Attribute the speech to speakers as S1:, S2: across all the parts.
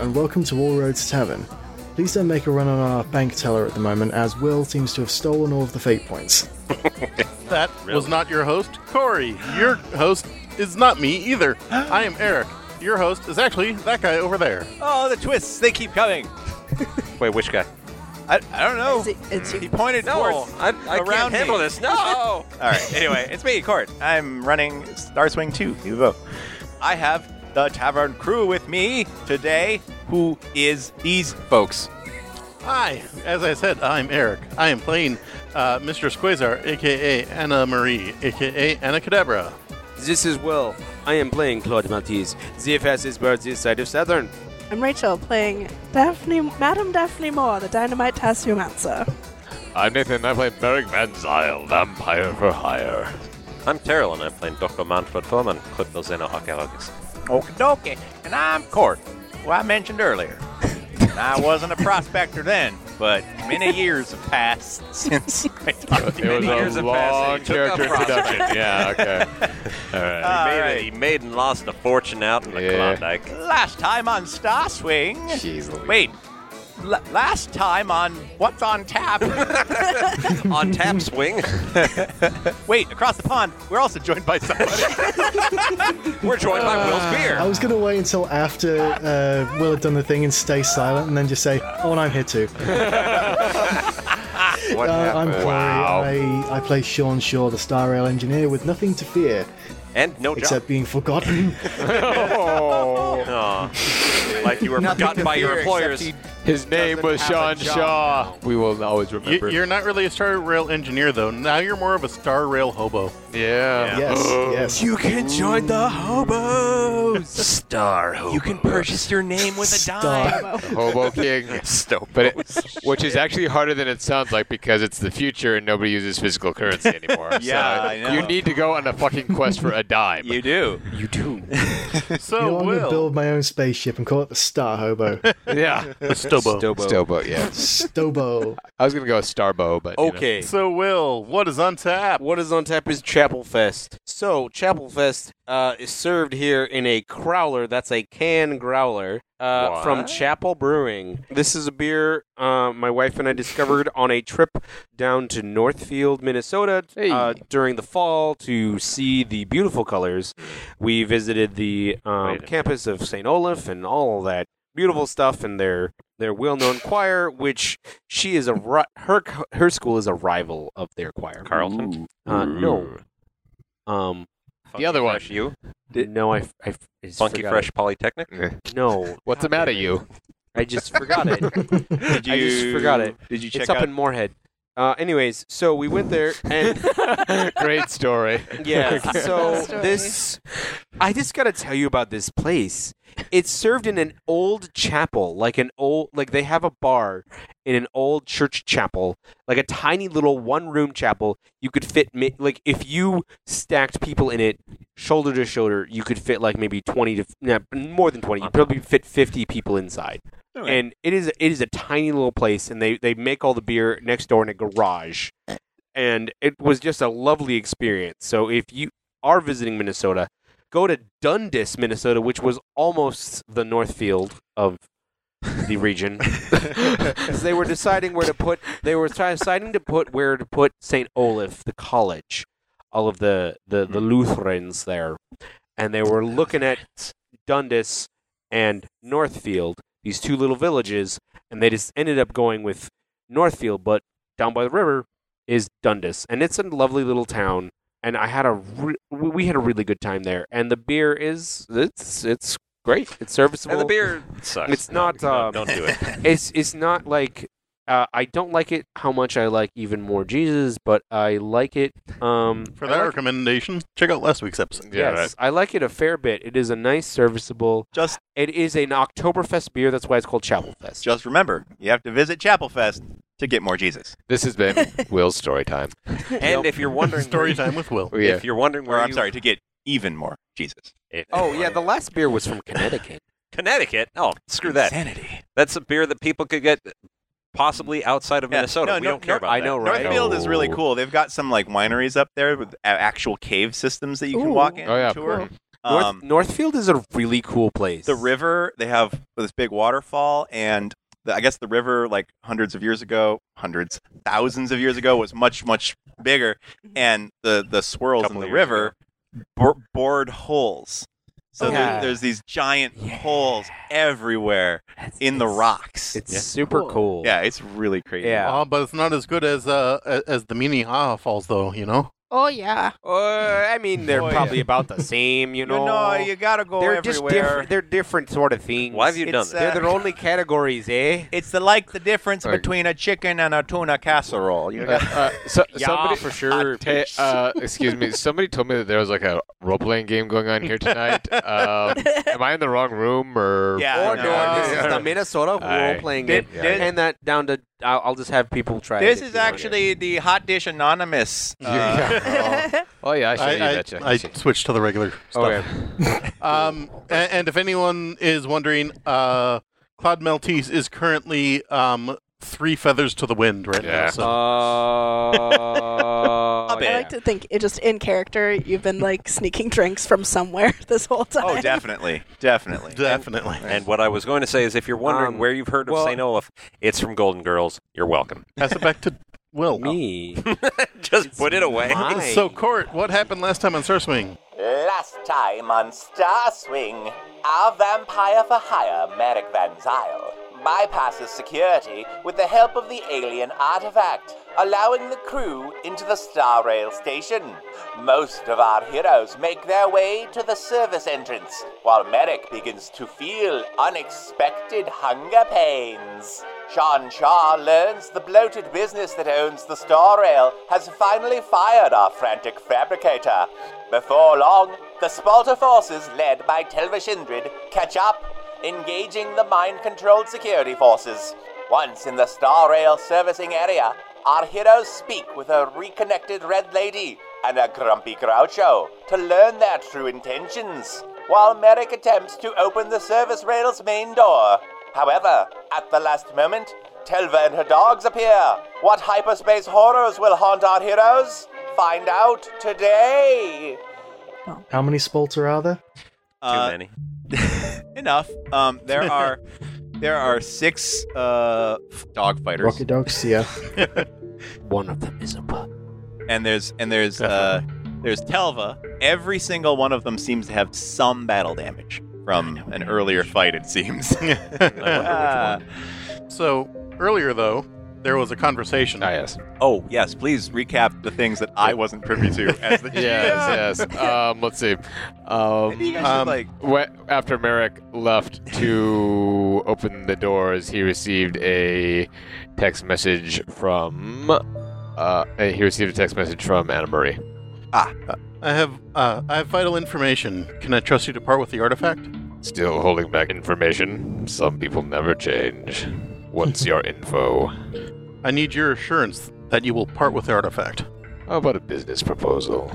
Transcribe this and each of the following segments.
S1: and welcome to All Roads Tavern. Please don't make a run on our bank teller at the moment, as Will seems to have stolen all of the fate points.
S2: That was not your host, Corey. Your host is not me either. I am Eric. Your host is actually that guy over there.
S3: Oh, the twists, they keep coming.
S4: Wait, which guy?
S3: I, I don't know.
S5: Is it- it's-
S3: he pointed
S4: No,
S3: towards
S4: I, I
S3: around
S4: can't handle
S3: me.
S4: this. No.
S3: All right. Anyway, it's me, Court. I'm running Star Swing 2, Evo. I have the tavern crew with me today, who is these folks.
S2: Hi, as I said, I'm Eric. I am playing uh, Mr. Squazar, aka Anna Marie, aka Anna Cadabra.
S4: This is Will. I am playing Claude Maltese, the fastest bird this side of Saturn.
S5: I'm Rachel playing Daphne, Madame Daphne Moore, the Dynamite Tassumancer.
S6: I'm Nathan, and I play Beric Van Zyle, Vampire for Hire.
S4: I'm Terrell, and I'm playing Dr. Manfred Foreman, Clip Milzeno Archaeologist.
S3: Okie dokie. And I'm Court, who I mentioned earlier. And I wasn't a prospector then, but many years have passed since I talked to you.
S6: It
S4: Many
S6: was
S4: years
S6: a
S4: have
S6: long
S4: passed, and he took
S6: character
S4: up prospect.
S6: introduction. yeah, okay. All right.
S4: He,
S3: All
S4: made
S3: right.
S4: it, he made and lost a fortune out in the
S6: Yeah.
S4: Klondike.
S3: Last time on Star Swing.
S6: Jeez Louise.
S3: Wait. L- last time on What's on Tap.
S4: On tap swing,
S3: Wait, across the pond, we're also joined by somebody.
S4: we're joined by Will's beer.
S1: I was going to wait until after uh, Will had done the thing and stay silent and then just say, Oh, and I'm here too.
S6: What
S1: Uh, I'm
S6: happened?
S1: Corey. I, I play Sean Shaw, the Star Rail engineer, with nothing to fear
S4: and no
S1: except being forgotten.
S3: Oh.
S4: job. Aw. like you were forgotten by your employers.
S6: His name was Sean Shaw. We will always remember.
S2: You, you're not really a Star Rail engineer, though. Now you're more of a Star Rail hobo.
S6: yeah.
S1: yes, yes.
S4: You can join the hobos. Star hobo. You can purchase your name with a
S1: Star-
S6: Hobo King.
S4: Stop.
S6: But it, which is actually harder than it sounds like because it's the future and nobody uses physical currency anymore.
S3: Yeah,
S6: so
S3: I know.
S6: you need to go on a fucking quest for a dime.
S3: you do.
S4: you do.
S1: You
S2: So,
S1: know, I'm going to
S2: Oh, Will.
S1: build my own spaceship and call it the Star Hobo.
S6: yeah,
S2: Stobo.
S6: Stobo. Yeah,
S1: Stobo.
S6: I was gonna go with Starbo, but you know.
S4: Okay.
S2: So, Will, what is on tap?
S4: What is on tap is Chapel Fest. So Chapel Fest uh, is served here in a crowler. That's a can growler uh, from
S6: What?
S4: Chapel Brewing. This is a beer uh, my wife and I discovered on a trip down to Northfield, Minnesota,
S6: Hey.
S4: uh, during the fall to see the beautiful colors. We visited the um,
S6: minute.
S4: campus of St. Olaf and all that beautiful stuff, and their their well-known choir, which she is a ri- her co- her school is a rival of their choir.
S6: Carlton?
S4: Uh, no. Um.
S6: The other one.
S4: Fresh you. No, I. f- I f- I just
S7: Funky
S4: forgot
S7: Fresh
S4: it.
S7: Polytechnic.
S4: No.
S6: What's the matter, you?
S4: I just forgot it.
S3: Did
S4: I just forgot it.
S3: Did you check
S4: It's up
S3: out?
S4: in Moorhead. Uh, anyways, so we went there, and
S6: Great story.
S4: yeah, so
S5: Story.
S4: this, I just gotta tell you about this place. It's served in an old chapel, like an old, like they have a bar in an old church chapel, like a tiny little one-room chapel. You could fit, mi- like, if you stacked people in it shoulder to shoulder, you could fit like maybe twenty to nah, more than twenty. You probably fit fifty people inside.
S3: Okay.
S4: And it is it is a tiny little place, and they they make all the beer next door in a garage, and it was just a lovely experience. So if you are visiting Minnesota, go to Dundas, Minnesota, which was almost the Northfield of the region. 'Cause they were deciding where to put they were try- deciding to put where to put St. Olaf, the college, all of the the, the
S7: Hmm.
S4: Lutherans there, and they were looking at Dundas and Northfield, these two little villages, and they just ended up going with Northfield, but down by the river is Dundas, and it's a lovely little town. And I had a re- we we had a really good time there, and the beer is it's it's great, it's serviceable.
S7: and the beer sucks.
S4: It's not,
S7: No,
S4: um,
S7: don't do it.
S4: it's it's not like uh, I don't like it how much I like even more Jesus, but I like it. Um,
S2: For
S4: I
S2: that
S4: like-
S2: recommendation, check out last week's episode.
S6: Yeah,
S4: yes, I like it a fair bit. It is a nice, serviceable.
S3: Just,
S4: It is an Oktoberfest beer. That's why it's called Chapel Fest.
S3: just remember, you have to visit Chapel Fest to get more Jesus.
S6: This has been Will's story time.
S7: And if you're wondering,
S2: Story time with Will.
S6: Oh, yeah.
S7: If you're wondering
S3: Or
S7: where
S3: I'm
S7: you-
S3: sorry, to get even more Jesus.
S7: if-
S4: oh yeah, the last beer was from Connecticut.
S7: Connecticut. Oh, screw that.
S3: Insanity.
S7: That's a beer that people could get possibly outside of
S3: Yeah,
S7: Minnesota.
S3: no,
S7: we
S3: no,
S7: don't care
S3: no,
S7: about.
S4: I
S7: that.
S4: know, right?
S3: Northfield is really cool. They've got some like wineries up there with a- actual cave systems that you can walk in
S6: Oh yeah.
S3: and tour. Um,
S4: North, Northfield is a really cool place.
S3: the river they have this big waterfall and the, i guess the river like hundreds of years ago hundreds thousands of years ago was much much bigger and the the swirls
S7: Couple of
S3: in the
S7: years
S3: river bor- bored holes so there-
S4: Oh, Yeah.
S3: there's these giant holes everywhere in the rocks
S4: It's
S7: Yeah.
S4: super
S5: Cool.
S4: cool.
S3: yeah it's really crazy
S4: Yeah.
S2: Uh, but it's not as good as uh a- as the Minnehaha Falls, though. You know.
S5: Oh yeah.
S4: Or Uh, I mean, they're
S3: Oh, yeah.
S4: probably about the same. You
S3: you
S4: know.
S3: know you gotta go
S4: they're just
S3: everywhere
S4: different. They're different sort of things.
S7: Why have you done
S3: It's,
S7: that?
S3: uh,
S4: They're their only categories, eh?
S3: it's the, like the difference
S6: Like-
S3: between a chicken and a tuna casserole. You
S6: Uh,
S3: know?
S6: uh, so,
S4: Yeah,
S6: somebody
S4: for
S6: sure. uh, excuse me. Somebody told me that there was like a role playing game going on here tonight. Um, am I in the wrong room or?
S3: Yeah,
S4: Or
S3: no,
S4: Oh, no, this is
S3: no.
S4: the Minnesota
S6: Aye.
S4: role playing
S3: Did-
S4: game.
S3: did-
S4: Hand that down to. I'll, I'll just have people try.
S3: this
S4: it if
S3: is
S4: you want
S3: actually the hot dish anonymous.
S6: You-
S3: uh,
S6: yeah. Oh, oh, yeah, I should have
S2: I,
S6: that check.
S2: I, I switched to the regular stuff.
S4: Okay.
S2: Um, and, and if anyone is wondering, uh, Claude Maltese is currently um three feathers to the wind right
S6: Yeah.
S2: now. So.
S4: Uh,
S3: Up it.
S5: I
S4: yeah.
S5: like to think it just in character. You've been like sneaking drinks from somewhere this whole time.
S3: Oh, definitely, definitely.
S2: Definitely.
S7: And what I was going to say is, if you're wondering
S4: Um,
S7: where you've heard of
S4: well-
S7: St. Olaf, it's from Golden Girls. You're welcome.
S2: Pass it back to Will.
S4: me.
S7: Just put it away.
S4: Mine.
S2: So, Court, what happened last time on Star Swing?
S8: Last time on Star Swing, our vampire for hire, Merrick Van Zyle, bypasses security with the help of the alien artifact, allowing the crew into the Star Rail station. Most of our heroes make their way to the service entrance, while Merrick begins to feel unexpected hunger pains. Sean Shaw learns the bloated business that owns the Star Rail has finally fired our frantic fabricator. Before long, the Spalter forces led by Telva Shindrid catch up, engaging the mind controlled security forces. Once in the Star Rail servicing area, our heroes speak with a reconnected Red Lady and a grumpy Groucho to learn their true intentions, while Merrick attempts to open the service rail's main door. However, at the last moment, Telva and her dogs appear. What hyperspace horrors will haunt our heroes? Find out today!
S1: How many Spalter are there?
S3: Uh,
S7: Too many.
S3: Enough. Um, there are there are six uh, f- dog fighters,
S1: Rocket dogs, yeah.
S4: One of them is a pup.
S3: and there's and there's uh, there's Telva. Every single one of them seems to have some battle damage from an earlier fight. It seems. Ah,
S2: So, earlier, though, there was a conversation.
S6: Ah, yes.
S3: oh yes, please recap the things that I wasn't privy to as the
S6: Yes, yes. Um, let's see.
S3: Maybe you guys
S6: Um,
S3: should,
S2: Um,
S3: like
S6: wh- after Merrick left to open the doors, he received a text message from. Uh, he received a text message from Anna Marie.
S2: I have uh, I have vital information. Can I trust you to part with the artifact?
S6: Still holding back information. Some people never change. What's your info?
S2: I need your assurance that you will part with the artifact.
S6: How about a business proposal?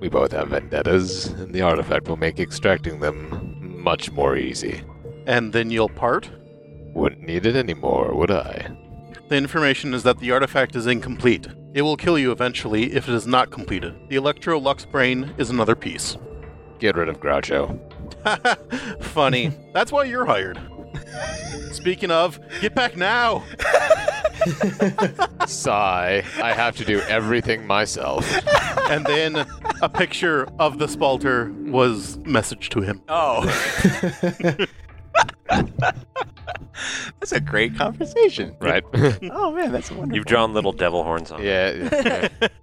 S6: We both have vendettas, and the artifact will make extracting them much more easy.
S2: And then you'll part?
S6: Wouldn't need it anymore, would I?
S2: The information is that the artifact is incomplete. It will kill you eventually if it is not completed. The Electro Lux brain is another piece.
S6: Get rid of Groucho.
S2: Funny. That's why you're hired. Speaking of, get back now.
S6: Sigh. I have to do everything myself.
S2: And then a picture of the spalter was messaged to him.
S3: oh. That's a great conversation.
S6: Right?
S3: Oh man, that's wonderful.
S7: You've drawn little devil horns on. it.
S6: yeah. yeah.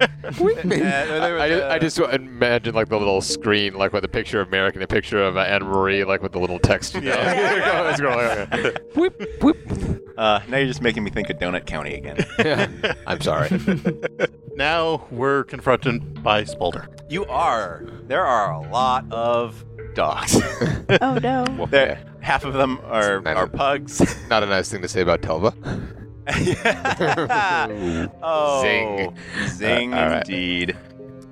S6: I, I just, I just imagine like the little screen, like with a picture of Merrick and a picture of uh, Anne Marie, like with the little text. You know?
S2: Yeah.
S6: It's going like,
S3: Uh, now you're just making me think of Donut County again.
S6: yeah. I'm sorry.
S2: Now we're confronted by Spalter.
S3: you are. There are a lot of dogs.
S5: oh no.
S3: there, half of them are,
S6: Neither.
S3: are pugs.
S6: Not a nice thing to say about Telva.
S3: oh,
S6: Zing.
S3: zing
S6: Uh, all right.
S3: indeed.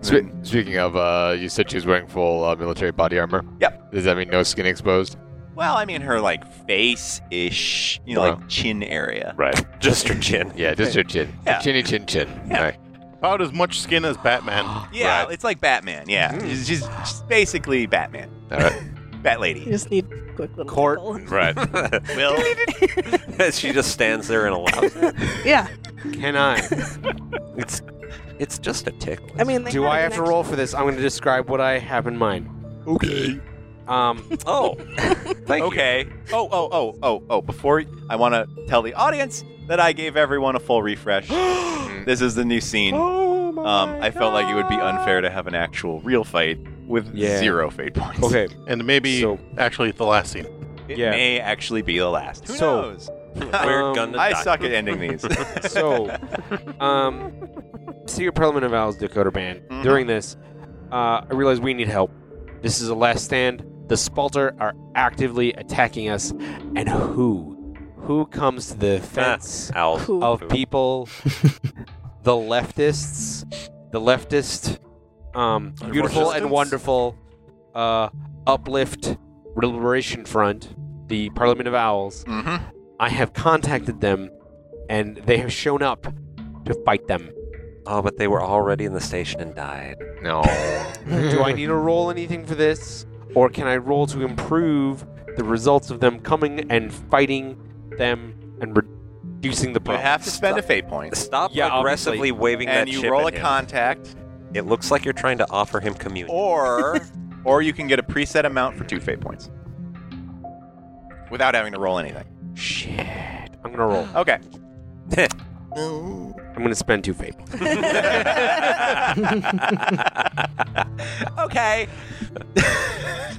S6: Spe- speaking of, uh, you said she was wearing full uh, military body armor.
S3: Yep.
S6: Does that mean no skin exposed?
S3: Well, I mean her like face ish, you know,
S6: Wow.
S3: like chin area.
S6: Right.
S7: Just her chin.
S6: Yeah, just her chin.
S3: Yeah.
S6: Chinny chin chin.
S3: Yeah.
S6: All right.
S2: About as much skin as Batman.
S6: Hmm.
S3: Yeah, it's like Batman. Yeah, she's, she's she's basically Batman.
S6: All right.
S3: Bat
S5: You
S3: lady.
S5: just need a quick little
S7: Court.
S5: tickle.
S6: right.
S3: Will.
S7: she just stands there and allows it.
S5: Yeah,
S4: Can I?
S7: It's it's just a tickle.
S5: I mean, they
S4: Do I
S5: an
S4: have to
S5: extra-
S4: roll for this? I'm going to describe what I have in mind. Okay. Um,
S7: oh, thank
S3: okay. Oh, oh, oh, oh, oh. Before I want to tell the audience that I gave everyone a full refresh. this is the new scene.
S4: oh
S3: Um, I felt like it would be unfair to have an actual real fight with
S4: Yeah.
S3: zero fate points.
S4: Okay,
S2: And maybe
S4: So-
S2: actually the last scene.
S3: It
S4: Yeah.
S3: may actually be the last. Who
S4: So-
S3: knows?
S7: you. We're
S4: Um,
S7: gonna
S3: I
S7: die.
S3: suck at ending these.
S4: so, um, Secret Parliament of Owls Dakota Band.
S3: Mhm.
S4: During this, uh, I realized we need help. This is a last stand. The Spalter are actively attacking us, and who, who comes to the defense
S7: Owl.
S5: Who?
S9: Ah.
S4: of people? the leftists, the leftist, um, beautiful and
S2: Resistance?
S4: wonderful, uh, uplift liberation front, the Parliament of Owls.
S3: hmm
S4: I have contacted them, and they have shown up to fight them.
S7: Oh, but they were already in the station and died.
S6: No.
S4: Do I need to roll anything for this, or can I roll to improve the results of them coming and fighting them and reducing the
S3: You
S4: problem?
S3: have to spend a fate point,
S7: Stop
S4: Yeah,
S7: aggressively waving that
S3: and you
S7: chip
S3: roll a
S7: at him.
S3: contact,
S7: It looks like you're trying to offer him communion.
S3: or or you can get a preset amount for two fate points without having to roll anything.
S4: Shit. I'm gonna roll.
S3: Okay.
S4: I'm gonna spend two fate.
S7: okay.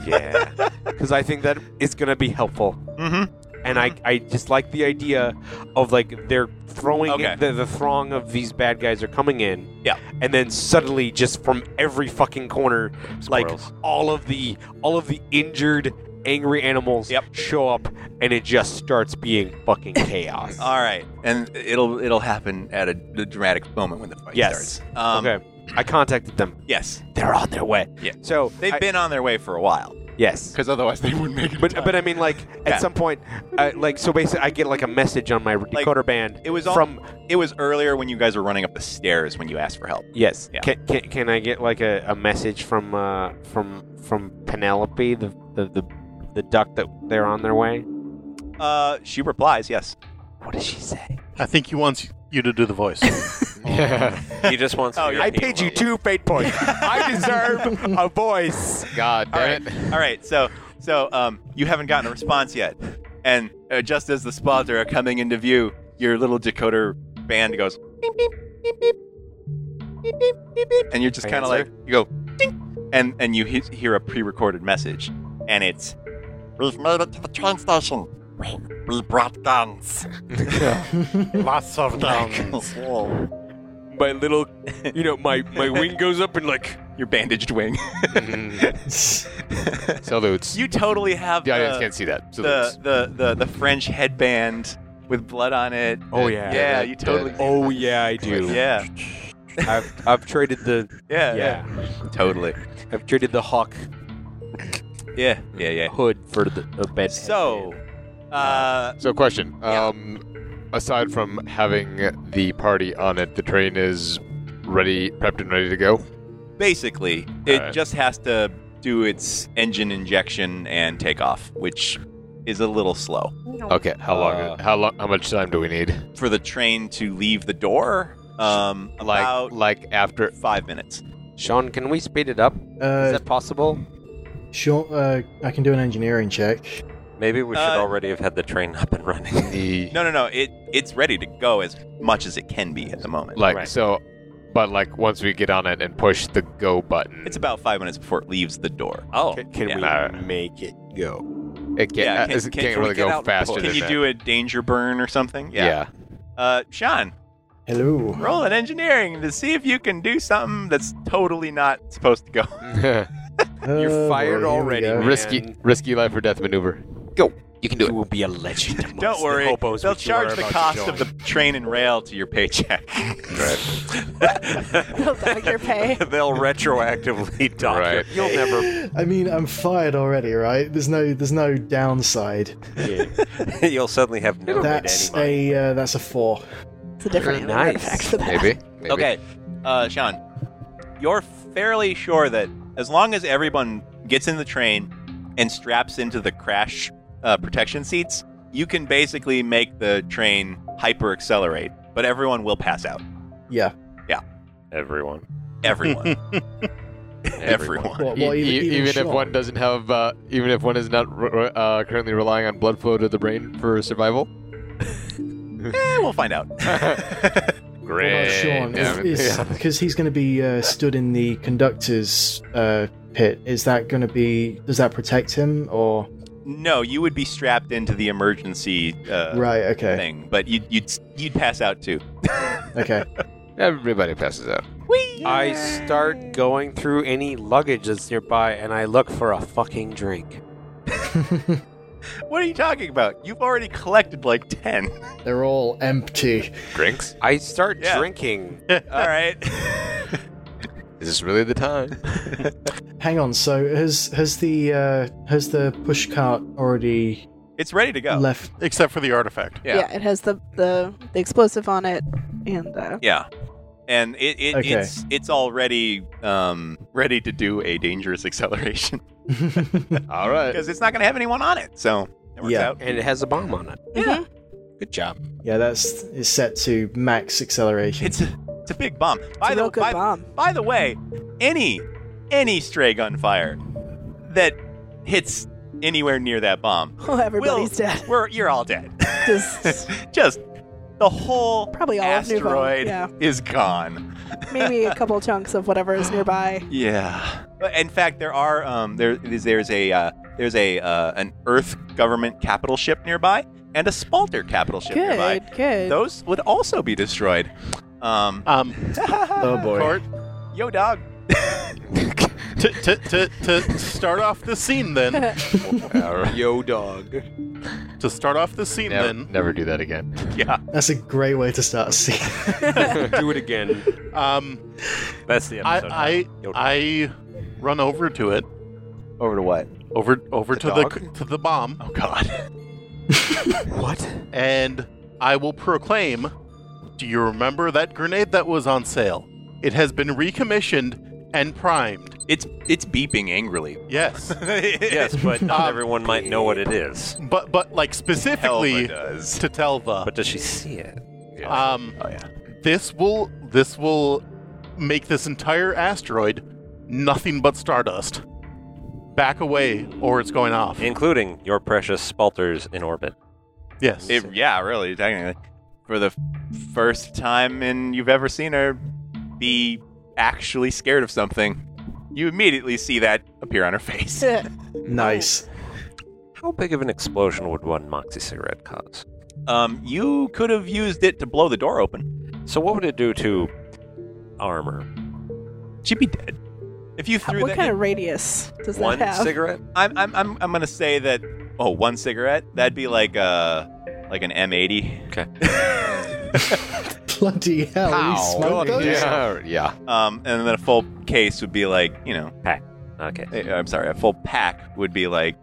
S7: yeah.
S4: because I think that is gonna be helpful.
S3: Mhm.
S4: And I, I just like the idea of like they're throwing
S3: Okay.
S4: the, the throng of these bad guys are coming in.
S3: Yeah.
S4: And then suddenly just from every fucking corner,
S7: Squirrels.
S4: like all of the all of the injured angry animals
S3: Yep.
S4: show up and it just starts being fucking chaos.
S3: All right, and it'll it'll happen at a, a dramatic moment when the fight
S4: Yes.
S3: starts. Um,
S4: okay. I contacted them.
S3: Yes,
S4: They're on their way.
S3: Yeah.
S4: So
S3: they've
S4: I-
S3: been on their way for a while.
S4: yes.
S6: Because otherwise they wouldn't make it.
S4: But but I mean like
S3: Uh, Yeah.
S4: at some point uh, like so basically I get like a message on my decoder band
S3: it was all-
S4: from
S3: It was earlier when you guys were running up the stairs when you asked for help.
S4: yes
S3: Yeah.
S4: can, can, can I get like a, a message from uh, from from Penelope the, the the the duck that they're on their way
S3: Uh, she replies, "Yes."
S4: what does she say
S2: I think he wants you to do the voice.
S6: yeah.
S7: He just wants.
S3: Oh,
S7: your
S3: I
S7: opinion.
S4: paid you two fate points I deserve a voice
S6: God
S3: All
S6: damn
S3: right.
S6: it.
S3: All right. So, so um, you haven't gotten a response yet, and uh, just as the spotter are coming into view, your little Dakota band goes, beep, beep, beep, beep, beep, beep, beep, beep, and you're just
S4: I
S3: kind of like
S4: answer?
S3: you go, ding, and and you he- hear a pre-recorded message, and it's, "We've made it to the train station. We, we brought guns."
S2: Lots of them.
S4: my little you know my my wing goes up and like
S3: your bandaged wing.
S4: Mm-hmm.
S6: Salutes.
S3: you totally have
S6: uh, the audience
S3: the-
S6: can't see that. Salutes.
S3: the, the the the French headband with blood on it.
S4: oh yeah
S3: Yeah, you totally.
S4: oh yeah I do
S3: Yeah,
S4: I've I've traded the
S3: yeah,
S4: yeah
S3: totally.
S4: I've traded the hawk
S3: Yeah, yeah, yeah.
S4: hood for the a bed
S3: So, uh,
S6: So, question.
S3: Yeah.
S6: Um, aside from having the party on it, the train is ready, prepped, and ready to go.
S3: basically, it
S6: Alright.
S3: just has to do its engine injection and takeoff, which is a little slow
S6: Okay. How long?
S4: Uh,
S6: how long? How much time do we need?
S3: for the train to leave the door. Um,
S6: Like,
S3: about
S6: like after.
S3: five minutes.
S4: Sean can we speed it up is
S1: Uh,
S4: that possible
S1: Sean, uh, I can do an engineering check.
S7: Maybe we should
S3: Uh,
S7: already have had the train up and running.
S6: The,
S3: No, no, no. It it's ready to go as much as it can be at the moment.
S6: like
S7: Right.
S6: so, but like once we get on it and push the go button,
S3: it's about five minutes before it leaves the door.
S7: Oh,
S4: Can, can
S3: yeah.
S4: we
S6: Alright.
S4: make it go?
S6: it can't,
S3: yeah,
S6: uh,
S3: can-
S6: is- it
S3: can-
S6: can't
S3: can we
S6: really
S7: get out
S6: go
S7: and
S6: faster.
S7: push?
S6: than
S3: Can you
S6: that.
S3: do a danger burn or something?
S6: Yeah.
S3: Uh, Sean,
S1: Hello.
S3: roll an engineering to see if you can do something that's totally not supposed to go.
S4: Mm,
S1: Oh,
S4: fired
S1: boy, here we
S4: already,
S1: go.
S4: man.
S6: risky, risky life or death maneuver. Go. You can do it.
S4: will be a legend. amongst
S3: Don't
S4: the
S3: worry,
S4: hobos
S3: they'll
S4: which you are
S3: charge the
S4: about to
S3: cost of the
S4: join.
S3: train and rail to your paycheck.
S5: They'll dog your pay.
S7: they'll retroactively dock
S6: Right.
S7: your You'll never.
S1: I mean, I'm fired already, right? There's no, there's no downside.
S7: You'll suddenly have no
S1: That's
S7: money.
S1: a, uh, that's a four.
S5: It's a different
S4: Nice.
S5: artifact for that.
S6: Maybe. maybe.
S3: okay, uh, Sean, you're fairly sure that as long as everyone gets in the train and straps into the crash uh, protection seats, you can basically make the train hyper accelerate, but everyone will pass out.
S1: Yeah.
S9: Everyone.
S3: Everyone. everyone.
S1: Well, well,
S6: E-
S1: even,
S6: e-
S1: even,
S6: if
S1: Sean.
S6: one doesn't have, uh, even if one is not re- re- uh, currently relying on blood flow to the brain for survival.
S3: Eh, we'll find out.
S1: What
S6: Great.
S1: about Sean? Is-
S6: damn it.
S1: is-
S6: Yeah.
S1: Because he's going to be uh, stood in the conductor's uh, pit. Is that going to be? Does that protect him? Or
S3: no, you would be strapped into the emergency uh,
S1: right? Okay.
S3: thing, but you'd, you'd you'd pass out too.
S1: Okay.
S6: Everybody passes out.
S4: I start going through any luggage that's nearby and I look for a fucking drink.
S3: What are you talking about? You've already collected like ten.
S1: They're all empty.
S6: Drinks?
S4: I start
S3: Yeah.
S4: drinking.
S3: All right.
S6: Is this really the time?
S1: Hang on. So has has the uh, has the push cart already
S3: it's ready to go.
S1: left?
S2: Except for the artifact.
S5: Yeah. it has the, the the explosive on it, and uh,
S3: Yeah. And it, it
S1: Okay.
S3: it's it's already um, ready to do a dangerous acceleration
S6: All right.
S3: because it's not going to have anyone on it. So it works
S1: Yeah.
S3: out.
S4: And it has a bomb on it.
S5: mhm.
S4: Good job.
S1: yeah, that's is set to max acceleration.
S3: It's a, it's a big bomb.
S5: it's
S3: By
S5: a
S3: the
S5: real good
S3: by,
S5: bomb.
S3: by the way, any any stray gunfire that hits anywhere near that bomb,
S5: Oh, everybody's dead.
S3: We're you're all dead.
S5: Just
S3: Just the whole
S5: Probably all of New Bone,
S3: asteroid
S5: yeah.
S3: is gone.
S5: maybe a couple chunks of whatever is nearby.
S3: Yeah. But In fact, there are um, there is there's a uh, there's a uh, an Earth government capital ship nearby and a Spalter capital ship nearby.
S5: Good, good.
S3: Those would also be destroyed. Um,
S2: Um,
S1: oh boy.
S2: Court,
S3: yo, dog.
S2: to, to, to, to start off the scene then.
S6: All right.
S4: Yo, dog.
S2: To start off the scene
S6: Never,
S2: then.
S6: never do that again.
S3: Yeah.
S1: That's a great way to start a scene.
S4: Do it again.
S2: Um,
S9: That's the episode.
S2: I,
S9: Yo,
S2: I, I run over to it.
S3: Over to what?
S2: Over, over
S3: The
S2: to the
S3: dog?
S2: to the bomb,
S3: Oh God.
S4: What?
S2: and I will proclaim. Do you remember that grenade that was on sale? It has been recommissioned and primed.
S3: It's it's beeping angrily.
S2: Yes,
S9: yes, but not
S2: Um,
S9: everyone might know what it is.
S2: but but like
S3: Helva
S2: specifically
S3: does.
S2: to Telva.
S9: But does she see it?
S2: Um,
S3: Oh yeah.
S2: this will this will make this entire asteroid nothing but stardust. Back away, or it's going off.
S9: Including your precious spalters in orbit.
S2: yes.
S3: It, yeah, really, technically. For the f- first time in you've ever seen her be actually scared of something, you immediately see that appear on her face.
S1: nice.
S9: How big of an explosion would one Moxie cigarette cause?
S3: Um, you could have used it to blow the door open.
S9: So what would it do to armor?
S3: She'd be dead. If you threw
S5: what
S3: that,
S5: kind of radius does
S9: One
S5: that have?
S9: cigarette?
S3: I'm, I'm, I'm, I'm gonna say that. Oh, one cigarette. That'd be like uh, like an M80.
S1: Bloody hell! You
S6: Ow.
S1: smoked those?
S6: Yeah. yeah.
S3: Um, and then a full case would be like, you know,
S9: Okay.
S3: eh, I'm sorry, a full pack would be like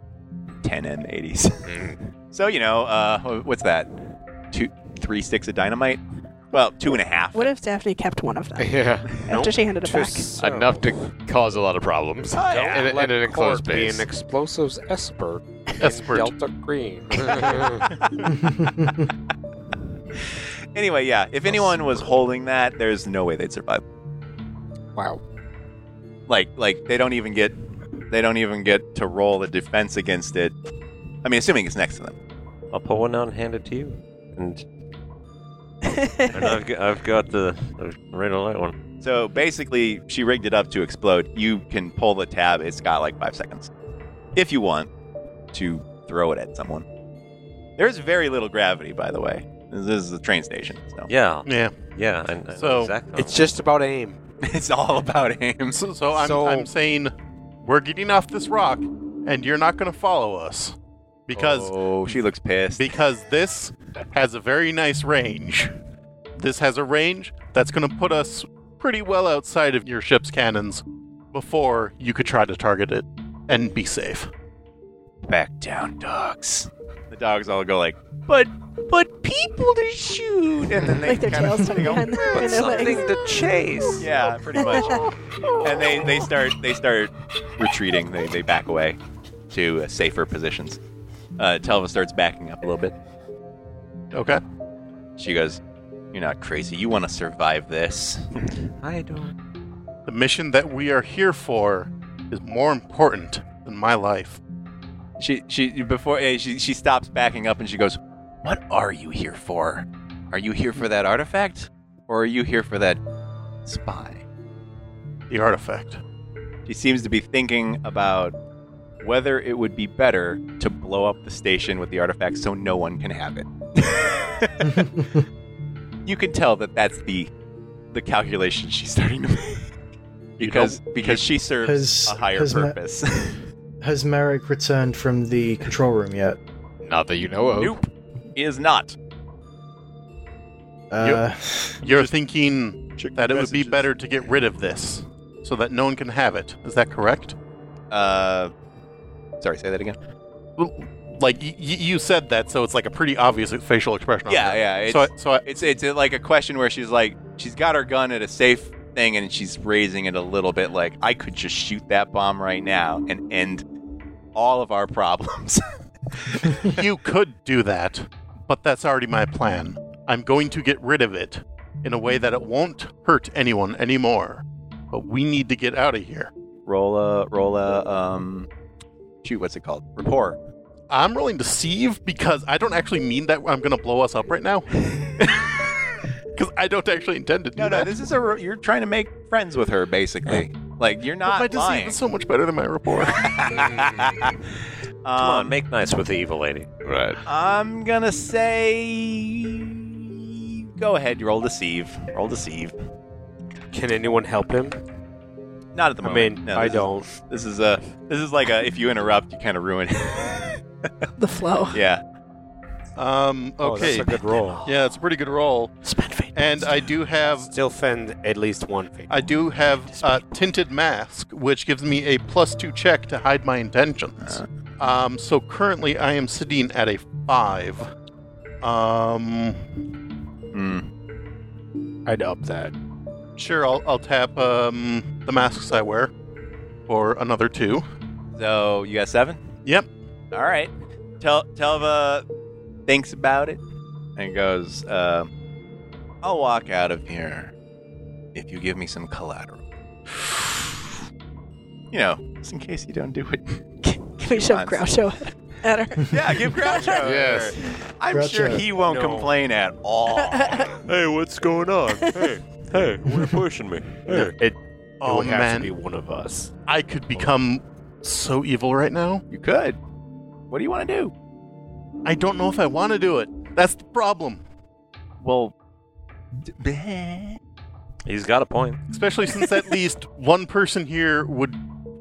S3: 10 M80s. so you know, uh, what's that? Two, three sticks of dynamite. Well, two and a half.
S5: What if Daphne kept one of them
S6: Yeah.
S5: after she handed it back?
S6: Enough to cause a lot of problems.
S3: Oh, yeah.
S6: In, a- in an enclosed
S4: Corp be
S6: space.
S4: an explosives expert. in
S2: Expert.
S4: Delta Green.
S3: Anyway, yeah. If anyone was holding that, there's no way they'd survive.
S4: wow.
S3: Like, like they don't even get, they don't even get to roll a defense against it. I mean, assuming it's next to them.
S9: I'll put one out and hand it to you. And, and I've, got, I've got the the red and light one.
S3: So basically, she rigged it up to explode. You can pull the tab. It's got like five seconds, if you want to throw it at someone. There's very little gravity, by the way. This is the train station, so
S9: Yeah,
S2: yeah.
S9: yeah. And, and
S2: So,
S9: exactly.
S4: It's just about aim.
S3: it's all about aims.
S2: So, so I'm
S4: So-
S2: I'm saying we're getting off this rock, and you're not going to follow us because
S3: oh, she looks pissed.
S2: because this has a very nice range. This has a range that's going to put us pretty well outside of your ship's cannons before you could try to target it and be safe.
S3: Back down, dogs. The dogs all go like, but but people to shoot, and then they
S5: like their
S3: kinda-
S5: tails tucked
S3: they go,
S5: behind them and their legs.
S9: to chase.
S3: Yeah, pretty much. and they, they start they start retreating. They they back away. to uh, safer positions. Uh, Telva starts backing up a little bit.
S2: Okay.
S3: She goes, "You're not crazy. You want to survive this."
S9: I don't.
S2: The mission that we are here for is more important than my life.
S3: She she before eh, she she stops backing up and she goes, "What are you here for? Are you here for that artifact, or are you here for that spy?"
S2: The artifact.
S3: She seems to be thinking about whether it would be better to blow up the station with the artifact so no one can have it. you can tell that that's the the calculation she's starting to make because because she serves
S1: Has-
S3: a higher
S1: has Ma-
S3: purpose.
S1: Has Merrick returned from the control room yet?
S6: Not that you know of.
S3: nope, he is not.
S1: Uh,
S2: You're thinking that it would be
S3: messages.
S2: better to get rid of this so that no one can have it. Is that correct?
S3: Uh, sorry, say that again.
S2: Well, Like y- y- you said that, so it's like a pretty obvious facial expression. on
S3: Yeah,
S2: her.
S3: yeah, it's-
S2: So, I, so I,
S3: It's it's like a question where she's like she's got her gun at a safe thing and she's raising it a little bit like I could just shoot that bomb right now and end all of our problems.
S2: you could do that, but that's already my plan. I'm going to get rid of it in a way that it won't hurt anyone anymore. But we need to get out of here.
S3: roll a roll a um shoot what's it called rapport
S2: I'm rolling deceive because I don't actually mean that I'm going to blow us up right now. Because I don't actually intend to do
S3: no no
S2: that.
S3: this is a re- you're trying to make friends with her basically like you're
S2: But
S3: not
S2: my deceive
S3: lying
S2: is so much better than my rapport.
S3: um,
S9: Come on, make nice with the evil lady.
S6: Right.
S3: i'm gonna say go ahead roll deceive roll deceive
S4: Can anyone help him?
S3: not at the
S4: I
S3: moment
S4: mean,
S3: No,
S4: I
S3: this is-
S4: don't.
S3: this is a this is like a if you interrupt you kind of ruin
S5: The flow.
S3: yeah
S2: um,
S4: Oh, that's
S2: okay.
S4: a good roll.
S2: yeah, it's a pretty good roll.
S5: Spend fate.
S2: And I do have
S4: Still fend at least one fate.
S2: I do have uh, tinted mask, which gives me a plus two check to hide my intentions. Um, so currently, I am sitting at a five. Um,
S3: Mm.
S4: I'd up that.
S2: sure, I'll, I'll tap um, the masks I wear for another two.
S3: so you got seven
S2: Yep.
S3: All right. Tel- Telva thinks about it and goes, uh, I'll walk out of here if you give me some collateral. You know, just in case you don't do it.
S5: Can we shove Groucho at her?
S3: yeah, give Groucho.
S6: Yes.
S3: I'm sure
S1: Groucho.
S3: he won't
S4: No.
S3: complain at all.
S9: Hey, what's going on? hey, hey, we're pushing me. Hey.
S4: It,
S2: Oh
S4: would have
S2: man,
S4: to be one of us.
S2: I could become so evil right now.
S3: you could. What do you want to do?
S2: I don't know if I want to do it. That's the problem.
S3: Well,
S9: He's got a point.
S2: Especially since at least one person here would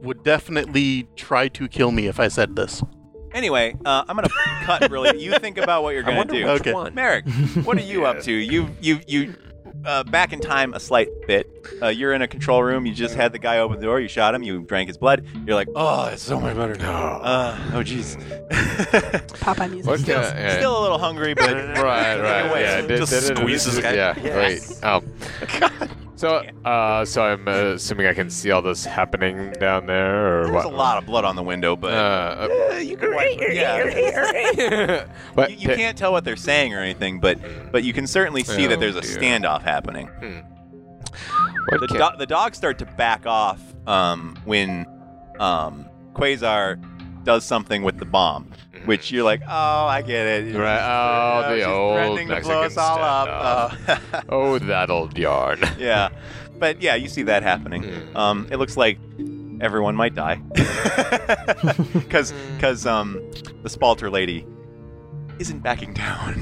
S2: would definitely try to kill me if I said this.
S3: anyway, uh, I'm going to cut really. You think about what you're
S9: I
S3: going
S9: wonder
S3: to do.
S9: which
S2: Okay.
S9: one.
S3: Merrick, what are you up to? You you you uh, back in time a slight bit. Uh, you're in a control room. You just had the guy open the door. You shot him. You drank his blood. You're like, oh, it's so much better now. Uh, oh, jeez.
S5: Popeye music.
S6: What kind of- yeah.
S3: Still a little hungry, but
S6: right, right,
S3: Anyway,
S6: yeah.
S3: just
S6: squeeze this guy. Yeah, right. Oh. So, uh, so I'm uh, assuming I can see all this happening down there, or
S3: there's
S6: what?
S3: a lot of blood on the window,
S6: Uh,
S3: but
S6: uh,
S3: you can wipe it. Yeah.
S6: what?
S3: You, you can't tell what they're saying or anything, but but you can certainly see that
S6: Oh,
S3: there's a
S6: dear.
S3: standoff happening.
S6: What
S3: the,
S6: can-
S3: do- the dogs start to back off um, when um, Quasar does something with the bomb, which you're like, oh, I get it. It's
S6: Mm-hmm. Right,
S3: just,
S6: oh,
S3: uh,
S6: the
S3: she's
S6: old
S3: threatening to blow
S6: Mexican
S3: us all up. Uh,
S6: oh, that old yarn.
S3: yeah, but yeah, you see that happening.
S6: Hmm.
S3: Um, it looks like everyone might die because
S6: Hmm.
S3: because um, the Spalter lady isn't backing down,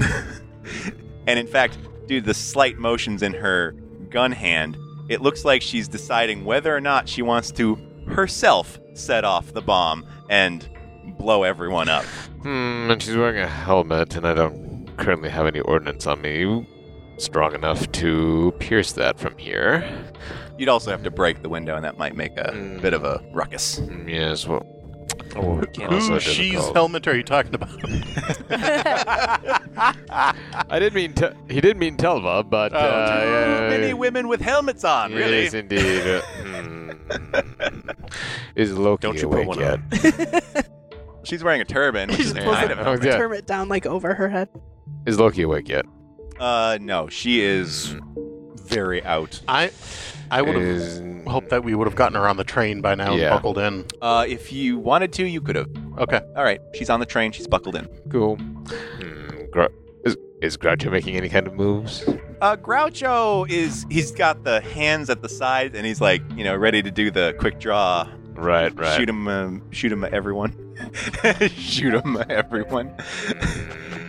S3: and in fact, due to the slight motions in her gun hand, it looks like she's deciding whether or not she wants to herself set off the bomb and blow everyone up.
S6: Hmm, and she's wearing a helmet, and I don't currently have any ordnance on me strong enough to pierce that from here.
S3: You'd also have to break the window, and that might make a
S6: Hmm.
S3: bit of a ruckus.
S6: Mm, Yes, well,
S9: Oh,
S6: Also
S2: Who she's
S6: difficult.
S2: helmet are you talking about?
S6: I didn't mean te- he didn't mean Telva, but
S2: Oh.
S6: uh, yeah,
S3: Many women with helmets on, really.
S6: Yes, indeed. Uh, hmm. Is Loki
S4: Don't you put
S6: awake
S4: one
S6: yet?
S3: She's wearing a turban. Which
S5: She's
S3: is
S5: supposed
S3: kind
S5: to-
S3: of
S6: Oh, yeah.
S5: Turn it down like over her head.
S6: Is Loki awake yet?
S3: Uh, no, she is very out.
S2: I I would have
S6: Is-
S2: hoped that we would have gotten her on the train by now
S6: Yeah.
S2: and buckled in.
S3: Uh, if you wanted to, you could have.
S2: Okay.
S3: All right, she's on the train. She's buckled in.
S6: Cool. Hmm, Gr- is, is Groucho making any kind of moves?
S3: Uh, Groucho is he's got the hands at the side and he's like you know ready to do the quick draw.
S6: Right, right.
S3: Shoot him, um, shoot him, everyone. shoot him, everyone.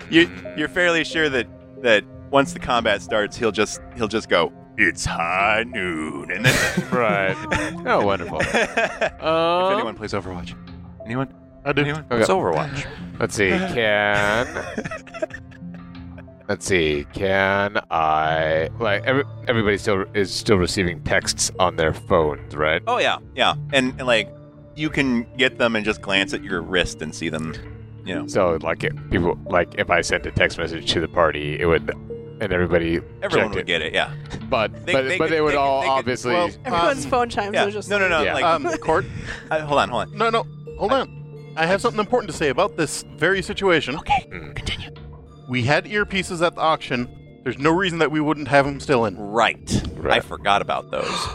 S3: you you're fairly sure that that once the combat starts, he'll just he'll just go. It's high noon, and then
S6: Right.
S3: Um,
S6: Oh, wonderful.
S3: if
S6: Um,
S3: anyone plays Overwatch, anyone,
S2: I do.
S3: anyone.
S6: okay.
S7: It's Overwatch.
S6: Let's see. Can let's see. Can I like every, everybody still is still receiving texts on their phones, right?
S3: Oh yeah, yeah, and, and like you can get them and just glance at your wrist and see them. You know,
S6: So like if people like if I sent a text message to the party, it would and everybody
S3: everyone
S6: checked
S3: would get it. Yeah,
S6: it. But
S3: They-
S6: but,
S3: they
S6: but
S3: could-
S6: they would
S3: they could-
S6: all
S3: they could-
S6: obviously
S2: well,
S5: Everyone's
S2: um,
S5: phone chimes
S3: yeah.
S5: are just
S3: no, no, no.
S6: Yeah.
S3: Like,
S2: Um, Court,
S3: I- hold on, hold on.
S2: no, no, hold on. I have something important to say about this very situation. Okay,
S6: Mm.
S2: continue. We had earpieces at the auction. There's no reason that we wouldn't have them still in.
S3: Right. I
S6: Right.
S3: forgot about those.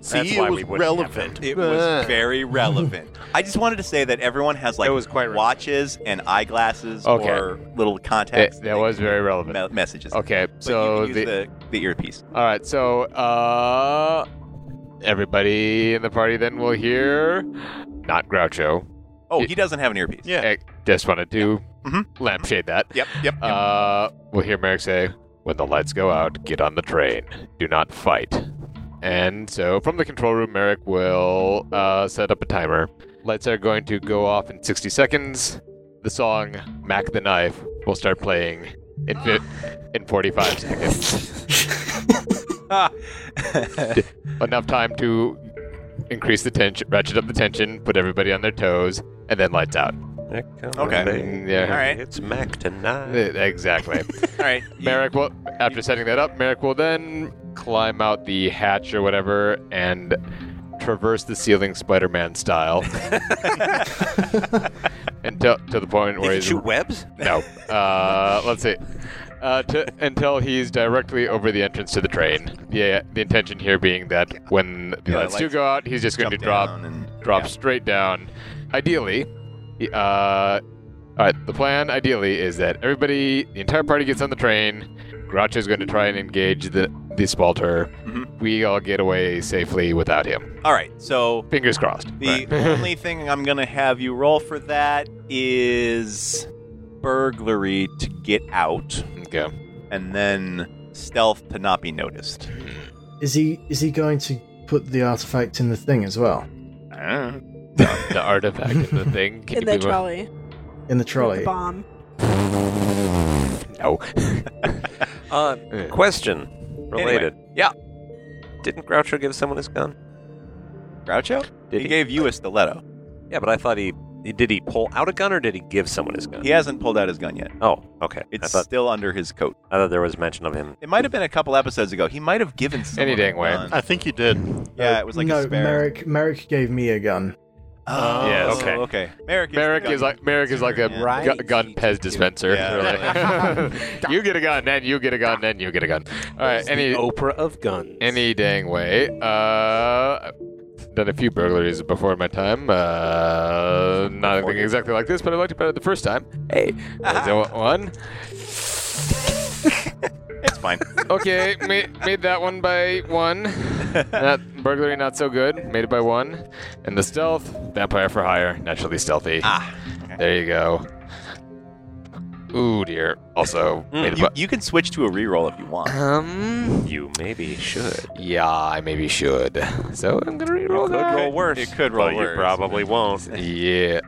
S2: See,
S7: That's
S2: it
S7: why
S2: was
S7: we wouldn't have
S2: relevant.
S3: It was
S2: Ah.
S3: very relevant. I just wanted to say that everyone has like
S4: It was quite relevant.
S3: watches and eyeglasses
S6: Okay.
S3: or little contacts.
S6: it,
S3: they
S6: that was very
S3: can
S6: relevant.
S3: me- messages.
S6: Okay,
S3: But
S6: so
S3: you can
S6: the,
S3: use the, the earpiece.
S6: all right, so uh, everybody in the party then will hear not Groucho.
S3: Oh,
S6: It-
S3: he doesn't have an earpiece.
S2: Yeah.
S6: Eh, Just wanted to
S3: Mhm.
S6: lampshade that.
S3: Yep. Yep. yep.
S6: Uh, we'll hear Merrick say, "When the lights go out, get on the train. Do not fight." And so, from the control room, Merrick will uh, set up a timer. Lights are going to go off in 60 seconds. The song "Mac the Knife" will start playing in fi- in 45 seconds. Enough time to increase the tension, ratchet up the tension, put everybody on their toes, and then lights out.
S3: Okay.
S6: Yeah.
S3: All right.
S7: It's Mac tonight.
S6: Eh, Exactly.
S3: All right.
S6: Merrick will, after setting that up, Merrick will then climb out the hatch or whatever and traverse the ceiling Spider Man style until to the point
S7: They
S6: where
S7: can
S6: he's.
S7: shoot webs?
S6: No. Uh, let's see. Uh, to, until he's directly over the entrance to the train. Yeah, the intention here being that when the
S3: Yeah,
S6: lights do
S3: lights
S6: go out, he's just going to
S3: Jump
S6: drop
S3: down and
S6: drop
S3: yeah.
S6: straight down. Ideally, y- uh, all right. The plan, ideally, is that everybody, the entire party, gets on the train. Groucho's going to try and engage the the spalter.
S3: Mhm.
S6: We all get away safely without him.
S3: All right. So
S6: Fingers crossed.
S3: the only thing I'm gonna have you roll for that is burglary to get out,
S6: Okay.
S3: and then stealth to not be noticed.
S1: Is he is he going to put the artifact in the thing as well?
S3: I don't know.
S6: The artifact and the thing. Can
S5: in the
S6: you be more-
S5: trolley.
S1: In the
S5: with
S1: trolley?
S5: The bomb.
S6: No.
S7: Uh,
S6: Eh.
S7: question related.
S3: yeah.
S7: Didn't Groucho give someone his gun?
S3: Groucho?
S7: Did
S3: he
S7: he?
S3: gave you a stiletto.
S7: Yeah, but I thought he, he did he pull out a gun or did he give someone his gun?
S3: He hasn't pulled out his gun yet.
S7: Oh, okay. I
S3: It's
S7: thought
S3: still under his coat.
S7: I thought there was mention of him.
S3: It might have been a couple episodes ago. He might have given someone
S6: Any dang
S3: a
S6: way.
S3: gun.
S2: I think you did.
S3: yeah, it was like
S1: no,
S3: a spare.
S1: Merrick Merrick gave me a gun.
S3: Oh,
S6: Yes.
S3: okay. Okay. Merrick is,
S6: Merrick
S3: the gun
S6: is like Merrick is like a
S3: Yeah.
S6: gu- gun Pez dispenser.
S3: Yeah.
S6: Really. you get a gun, then you get a gun, then you get a gun. All right. Any
S4: Oprah of guns.
S6: any dang way. Uh, done a few burglaries before my time. Uh, not anything exactly like this, but I liked it better the first time. Hey, there's a one.
S3: It's fine.
S6: Okay, made, made that one by one. Not burglary, not so good. Made it by one. And the stealth, vampire for hire, naturally stealthy.
S3: ah.
S6: There you go. Ooh dear. Also made
S3: Mm,
S6: it
S3: You,
S6: by.
S3: you can switch to a reroll if you want.
S6: Um.
S7: You maybe should.
S6: Yeah, I maybe should. So I'm gonna reroll
S7: Could
S6: that.
S7: roll worse.
S3: It could roll
S7: but
S3: worse.
S7: You probably won't.
S6: Yeah.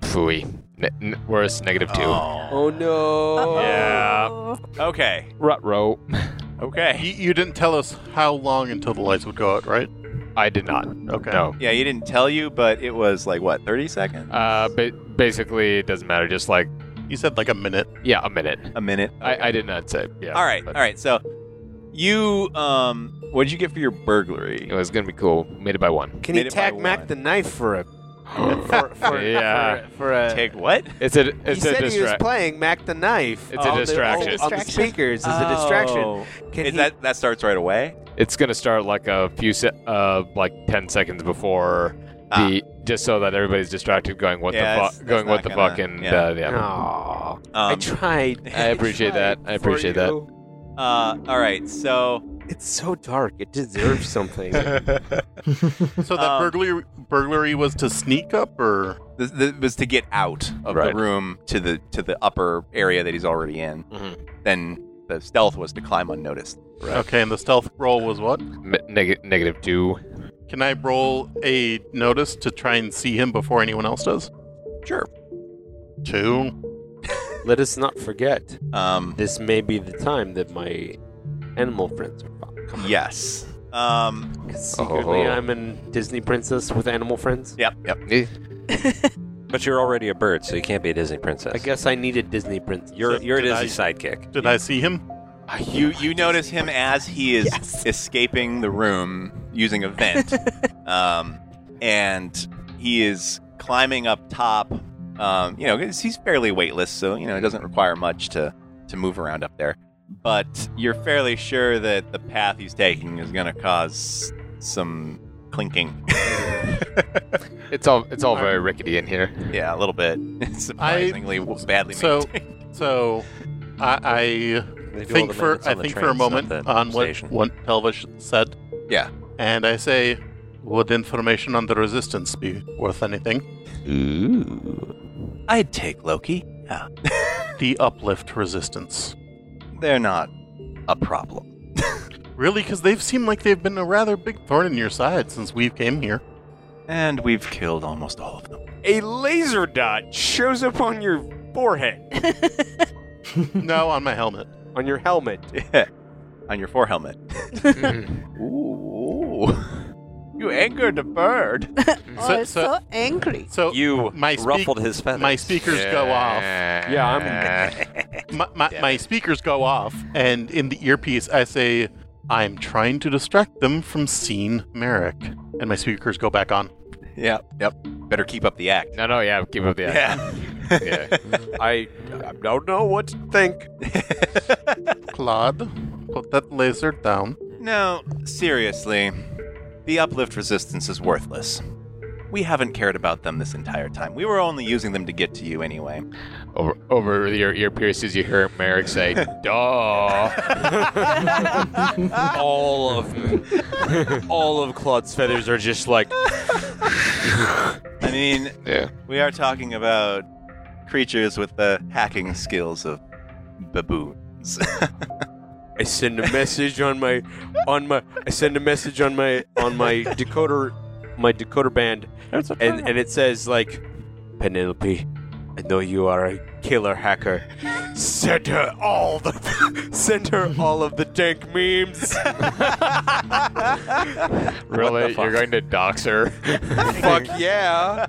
S6: Phooey. Ne- n- worse, negative two.
S3: Oh.
S4: Oh no.
S6: Yeah.
S5: Oh.
S3: Okay.
S6: Rut row.
S3: Okay.
S2: You, you didn't tell us how long until the lights would go out, right?
S6: I did not.
S2: Okay.
S6: No.
S3: Yeah, he didn't tell you, but it was like what, 30 seconds?
S6: Uh, ba- basically, it doesn't matter. Just like,
S2: You said like a minute.
S6: yeah, a minute.
S3: a minute.
S6: I, I did not say. Yeah.
S3: all right.
S6: but
S3: all right. So you um what did you get for your burglary?
S6: It was gonna be cool. Made it by one.
S4: Can
S3: Made
S4: he
S3: it by
S4: tag
S3: one.
S4: Mac the knife for a for, for,
S6: Yeah.
S4: for, for a,
S3: Take what?
S6: It's a
S4: he
S6: it's a
S4: said he was
S6: distraction.
S4: playing Mac the Knife.
S6: It's a
S4: on the-
S6: distraction.
S4: on the speakers is a distraction.
S3: Oh.
S4: Can
S3: Is
S4: he-
S3: that that starts right away?
S6: it's gonna start like a few se- uh like ten seconds before the just so that everybody's distracted going what
S3: Ah. Yeah,
S6: the
S3: that's-
S6: fuck
S3: that's
S6: going what
S3: not
S6: the
S3: gonna-
S6: fuck and
S3: yeah.
S6: uh, yeah.
S4: Aw, I
S3: Um,
S4: tried.
S6: I appreciate that. I appreciate that.
S3: uh, all right. So
S4: It's so dark. It deserves something.
S2: So that
S3: Um,
S2: burglary burglary was to sneak up, or
S3: this, this was to get out of
S9: Right.
S3: the room to the to the upper area that he's already in.
S6: Mm-hmm.
S2: Mhm.
S3: Then the stealth was to climb unnoticed.
S2: okay, and the stealth roll was what?
S6: M- neg- negative two.
S2: Can I roll a notice to try and see him before anyone else does?
S3: Sure.
S2: Two.
S4: Let us not forget.
S3: Um,
S4: This may be the time that my animal friends are found.
S3: yes. Um,
S4: 'Cause Secretly,
S6: Oh.
S4: I'm a Disney princess with animal friends.
S3: yep. Yep.
S9: But you're already a bird, so you can't be a Disney princess.
S4: I guess I need a Disney princess.
S9: You're,
S2: So
S9: you're a
S2: did
S9: Disney sidekick.
S2: Did I see him?
S3: You you notice him as he is
S5: Yes.
S3: escaping the room using a vent, um, and he is climbing up top. Um, you know, 'cause he's fairly weightless, so you know it doesn't require much to to move around up there. But you're fairly sure that the path he's taking is going to cause some clinking.
S6: It's all it's all very rickety in here.
S3: yeah, a little bit. It's surprisingly w- badly
S2: So,
S3: maintained.
S2: so I,
S9: They
S2: I
S9: do all
S2: think
S9: the
S2: for
S9: maintenance
S2: I
S9: on the
S2: think for
S9: trains
S2: a
S9: at
S2: moment
S9: that
S2: on what
S9: station.
S2: what Telvish said.
S3: Yeah.
S2: And I say, would information on the resistance be worth anything?
S3: I'd take Loki. Yeah.
S2: The uplift resistance.
S3: They're not a problem.
S2: Really, because they've seemed like they've been a rather big thorn in your side since we came here.
S3: And we've killed almost all of them.
S4: A laser dot shows up on your forehead,
S2: no, on my helmet.
S4: on your helmet.
S3: On your fore helmet.
S6: Mm.
S3: Ooh. You angered a bird.
S5: oh,
S2: So-
S5: it's
S2: so-
S5: so angry.
S2: So
S9: You
S2: my speak-
S9: ruffled his feathers.
S2: my speakers go off.
S6: Yeah,
S4: I'm-
S2: My, my, my speakers go off, and in the earpiece, I say, "I'm trying to distract them from seeing Merrick," and my speakers go back on.
S3: yeah, yep. Better keep up the act.
S6: No, no, yeah, keep up the act. Yeah.
S4: I, I don't know what to think.
S2: Claude, put that laser down.
S3: no, seriously. The uplift resistance is worthless. We haven't cared about them this entire time. We were only using them to get to you anyway.
S6: Over, over your ear pierces, you hear Merrick say, "Duh."
S4: all of all of Claude's feathers are just like
S3: I mean,
S6: Yeah.
S3: we are talking about creatures with the hacking skills of baboons.
S4: I send a message on my on my I send a message on my on my decoder my decoder band and and it says like Penelope I know you are a killer hacker send her all the send her all of the dank memes
S6: Really? You're going to dox her?
S4: fuck yeah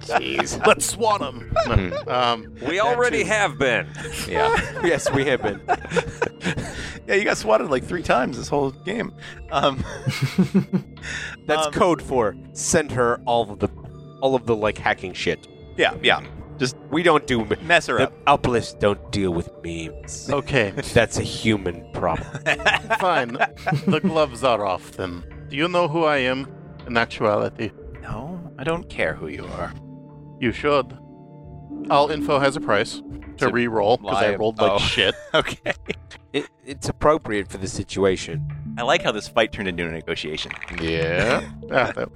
S6: Jeez.
S2: Let's swat him. um,
S9: We already have been.
S6: Yeah.
S4: yes we have been
S3: yeah, you got swatted like three times this whole game. Um,
S4: that's
S3: Um,
S4: code for send her all of the all of the like hacking shit
S3: yeah, yeah.
S4: we don't do
S3: Mess her
S4: the
S3: up. Oh.
S4: uplifts don't deal with memes
S2: okay,
S4: that's a human problem
S2: fine. the gloves are off then. Do you know who I am? In actuality,
S3: No, I don't care who you are.
S2: you should. All info has a price to
S3: a
S2: re-roll because
S3: lie.
S2: I rolled like
S3: Oh.
S2: shit.
S3: Okay.
S4: It, it's appropriate for the situation.
S3: I like how this fight turned into a negotiation.
S6: Yeah.
S2: Ah, that,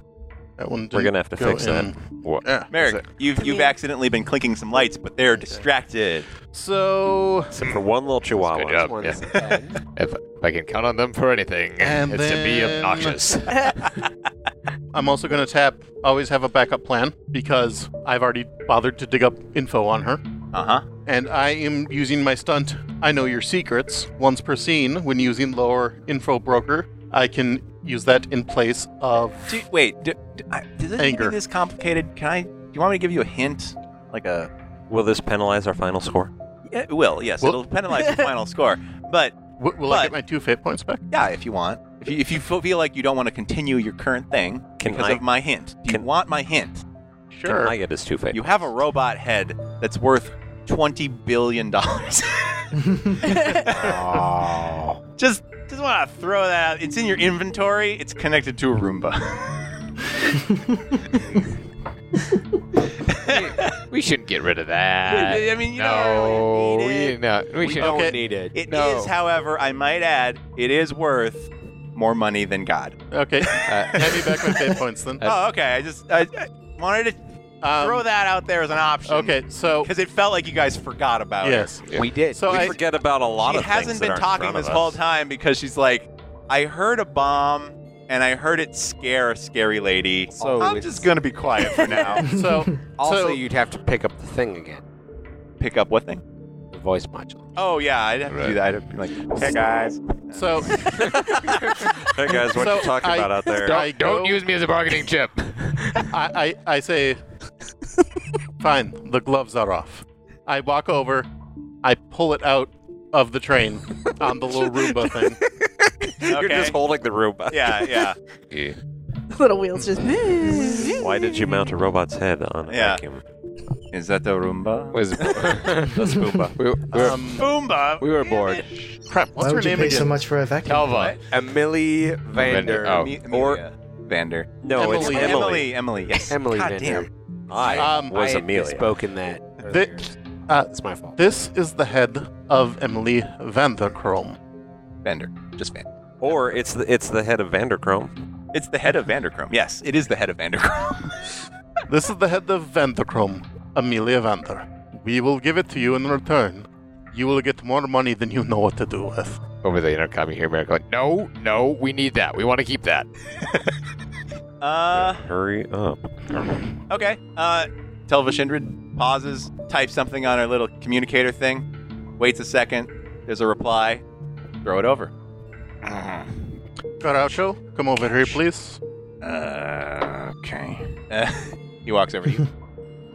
S2: that one.
S9: We're
S2: didn't
S9: gonna have to
S2: go
S9: fix that.
S2: in.
S6: What?
S2: Yeah.
S3: Merrick, you've you've accidentally been clinking some lights, but they're distracted.
S2: So
S9: Except for one little chihuahua.
S6: Good job. Yeah. If, if I can count on them for anything,
S2: And
S6: it's to be
S2: then-
S6: obnoxious.
S2: I'm also going to tap always have a backup plan because I've already bothered to dig up info on her.
S3: Uh huh.
S2: And I am using my stunt I know your secrets once per scene when using lower info broker. I can use that in place of
S3: wait, do, do, I, does it
S2: Anger.
S3: make this complicated? Can I? Do you want me to give you a hint? Like a?
S9: Will this penalize our final score?
S3: Yeah, it will. Yes,
S2: Well-
S3: it'll penalize the final score. But
S2: w- will I get my two fate points back?
S3: yeah, if you want, if you, if you feel like you don't want to continue your current thing
S9: Can
S3: because
S9: I-
S3: of my hint, do you
S9: can-
S3: want my hint?
S2: Sure.
S9: Can I get his two face?
S3: You have a robot head that's worth twenty billion dollars. just just want to throw that out. It's in your inventory. It's connected to a Roomba.
S6: We shouldn't get rid of that.
S3: I mean, you
S6: no,
S3: don't really need
S6: we,
S3: it.
S6: no, we should.
S2: Okay.
S4: need it.
S3: It is,
S6: No.
S3: however, I might add, it is worth more money than God.
S2: Okay.
S6: Uh,
S2: Hand me back my fate points then.
S6: Uh,
S3: oh, okay. I just I, I wanted to
S2: Um,
S3: throw that out there as an option.
S2: Okay, so
S3: Because it felt like you guys forgot about it.
S2: yes.
S6: Yeah.
S4: We did.
S2: So
S9: we
S2: I
S9: forget about a lot
S3: she
S9: of things.
S3: hasn't
S9: that
S3: been
S9: are in
S3: talking
S9: front of
S3: this whole
S9: us.
S3: time because she's like, I heard a bomb and I heard it scare a scary lady.
S4: So
S3: I'm
S4: it's-
S3: just gonna be quiet for now.
S2: so so-
S4: also, you'd have to pick up the thing again,
S3: Pick up what thing?
S4: the voice module.
S3: Oh yeah, I'd have to do
S6: Right.
S3: that. I'd have to be like, hey guys.
S2: so
S9: Hey guys, what
S2: So
S9: you talking
S2: I-
S9: about out there?
S2: I
S6: don't, don't
S2: go-
S6: use me as a bargaining chip.
S2: I, I I say fine, the gloves are off. I walk over, I pull it out of the train on the little Roomba thing.
S9: You're just holding the robot.
S3: Yeah, yeah.
S6: Yeah.
S5: Little wheels just.
S9: Why did you mount a robot's head on a
S3: Yeah.
S9: vacuum?
S3: Is that the Roomba?
S6: Was
S9: That's Boomba.
S6: we, we were,
S2: Um,
S3: Boomba.
S6: we were bored.
S2: crap, what's
S1: Why
S2: her
S1: would you
S2: name
S1: pay so
S2: again?
S1: much for a vacuum?
S6: Calva.
S4: Emily Vander.
S6: Vander- oh.
S3: or Vander.
S9: No, it's
S2: Emily.
S9: Emily.
S3: Emily. Emily. Yes.
S4: Emily
S3: God
S4: Vander.
S3: damn.
S9: I
S2: Um,
S9: was
S4: I
S9: Amelia.
S4: spoken that.
S2: Thi-
S4: earlier.
S2: uh,
S4: it's my fault.
S2: this is the head of Emily Vanderkrom.
S3: Vander. Just Vander.
S9: Or it's the it's the head of Vanderchrome.
S3: It's the head of Vanderchrome. Yes, it is the head of Vanderchrome.
S2: This is the head of Vanderkrom, Amelia Vander. We will give it to you in return. You will get more money than you know what to do with.
S6: Over the intercom, you hear Merrick like, no, no, we need that. We want to keep that.
S3: uh.
S9: Hurry up.
S3: Okay. Uh, tell Vashindrid, pauses, types something on her little communicator thing, waits a second, there's a reply, throw it over.
S2: Groucho, come over here, please.
S3: Uh, okay. he walks over to you.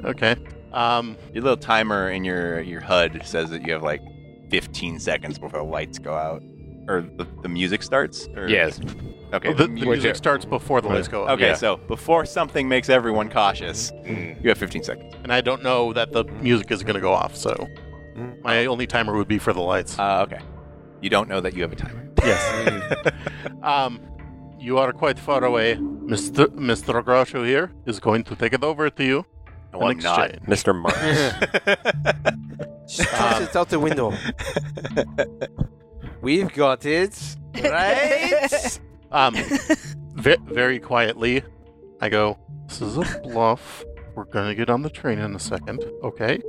S2: Okay. Um,
S3: Your little timer in your, your HUD says that you have like 15 seconds before the lights go out. Or the, the music starts? Or...
S6: Yes.
S3: Okay.
S2: Oh, the, the
S3: the mu-
S2: music starts before the lights go up.
S3: okay,
S6: yeah.
S3: so before something makes everyone cautious,
S6: Mm.
S3: you have 15 seconds.
S2: and I don't know that the music is going to go off, so
S3: Mm.
S2: my only timer would be for the lights.
S3: Uh, okay. You don't know that you have a timer.
S2: yes. um, you are quite far away. Mr. Mr. Groucho here is going to take it over to you.
S3: No,
S2: in
S3: I'm not.
S2: exchange.
S9: Mr. Marks.
S4: Just toss it out the window. We've got it. Right?
S2: Um, ve- very quietly, I go, This is a bluff. We're going to get on the train in a second, okay?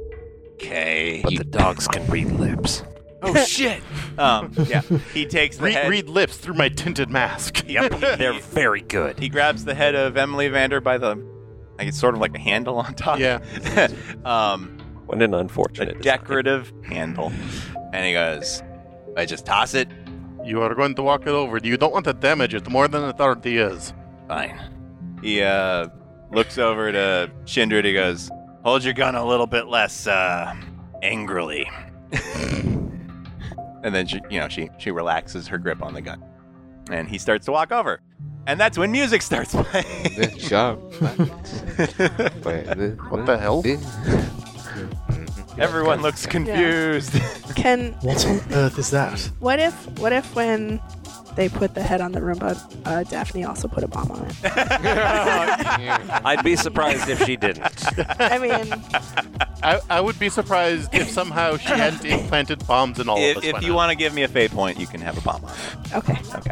S3: Okay.
S9: but the dogs can read lips.
S3: Oh shit! Um, yeah, he takes the
S2: Re-
S3: head.
S2: read lips through my tinted mask.
S3: Yep,
S9: They're very good.
S3: he grabs the head of Emily Vander by the, like it's sort of like a handle on top.
S2: yeah.
S3: um,
S9: What an
S3: a
S9: unfortunate design.
S3: decorative handle, and he goes, "I just toss it.
S2: You are going to walk it over. You don't want to damage it more than it already is.
S3: Fine." He uh, looks over to Shindred. He goes, "Hold your gun a little bit less uh, angrily." and then she, you know, she she relaxes her grip on the gun, and he starts to walk over, and that's when music starts playing.
S6: This job. what
S2: What the hell?
S3: Everyone looks confused.
S5: Can
S1: What on earth is that?
S5: what if what if when they put the head on the Roomba, uh, Daphne also put a bomb on it?
S9: I'd be surprised if she didn't.
S5: I mean,
S2: I, I would be surprised if somehow she hadn't implanted bombs in all of
S3: if
S2: us.
S3: if
S2: by
S3: you
S2: now.
S3: want to give me a fate point, you can have a bomb on it.
S5: okay, okay.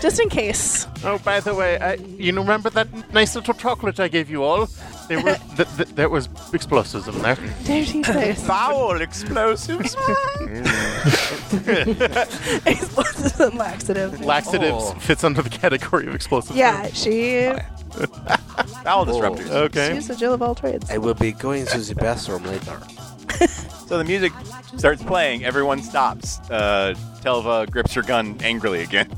S5: Just in case.
S2: Oh, by the way, I, you know, remember that nice little chocolate I gave you all? There were th- th- there was explosives in there.
S5: Dirty face.
S3: Foul explosives.
S5: Explosives and laxatives.
S6: Oh.
S2: Laxatives fits under the category of explosives.
S5: Yeah, she
S3: Foul disruptors.
S2: Okay.
S5: she's a Jill of all trades.
S4: I will be going to the bathroom later.
S3: So the music starts playing. Everyone stops. Uh, Telva grips her gun angrily again.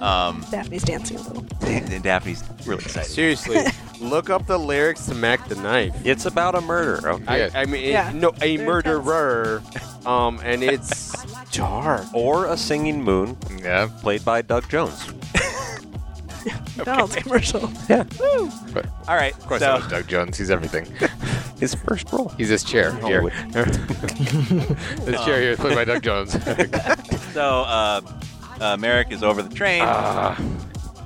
S3: um,
S5: Daphne's dancing a little.
S3: and Daphne's really excited.
S4: Seriously, look up the lyrics to Mac the Knife.
S9: It's about a murder. Okay.
S6: Yeah.
S4: I, I mean, it-
S5: Yeah.
S4: no, a
S5: They're
S4: murderer. Um, and it's dark.
S9: Or a singing moon
S6: Yeah.
S9: played by Doug Jones.
S5: McDonald's commercial.
S3: All right.
S6: Of
S3: so,
S6: course, that was Doug Jones. He's everything.
S7: His first roll.
S6: He's this chair here. this chair here is played by Doug Jones.
S3: So, uh, uh, Merrick is over the train.
S6: Ah.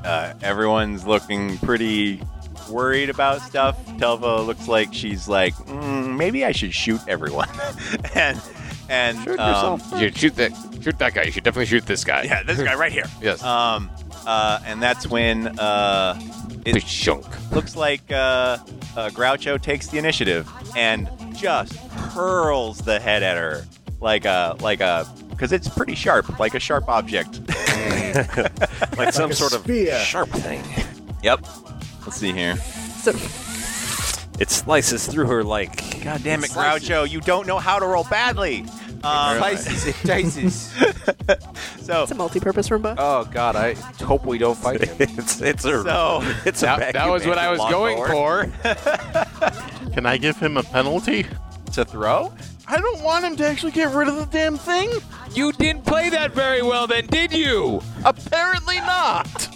S3: Uh, everyone's looking pretty worried about stuff. Telva looks like she's like, mm, maybe I should shoot everyone. and and um,
S6: you shoot that, shoot that guy. You should definitely shoot this guy.
S3: yeah, this guy right here.
S6: Yes.
S3: Um, uh, and that's when uh, it
S6: Shunk.
S3: looks like uh, uh, Groucho takes the initiative and just hurls the head at her like a like a because it's pretty sharp, like a sharp object.
S7: Like some
S1: a
S7: sort of
S1: spear.
S7: sharp thing.
S3: yep. Let's see here.
S5: So,
S7: It slices through her like.
S3: God damn it, Groucho! You don't know how to roll badly. Um,
S4: Slices, it dices.
S3: so
S5: it's a multi-purpose Roomba.
S4: oh God, I hope we don't fight him.
S7: It's it's a
S3: so
S7: it's a
S6: That, that was what I was going for.
S2: Can I give him a penalty?
S3: to throw.
S2: I don't want him to actually get rid of the damn thing.
S6: You didn't play that very well, then, did you?
S2: Apparently not.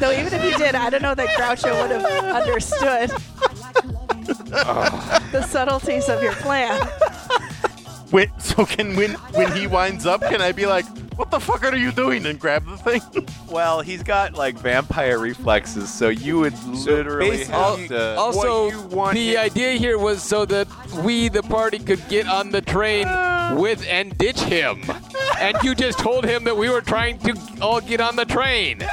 S5: No, even if you did, I don't know that Groucho would have understood the subtleties of your plan.
S2: Wait, so can when when he winds up, can I be like, "What the fuck are you doing?" and grab the thing?
S3: Well, he's got like vampire reflexes, so you would literally
S6: basically-
S3: have to.
S6: Also, the idea here was so that we, the party, could get on the train with and ditch him. and you just told him that we were trying to all get on the train.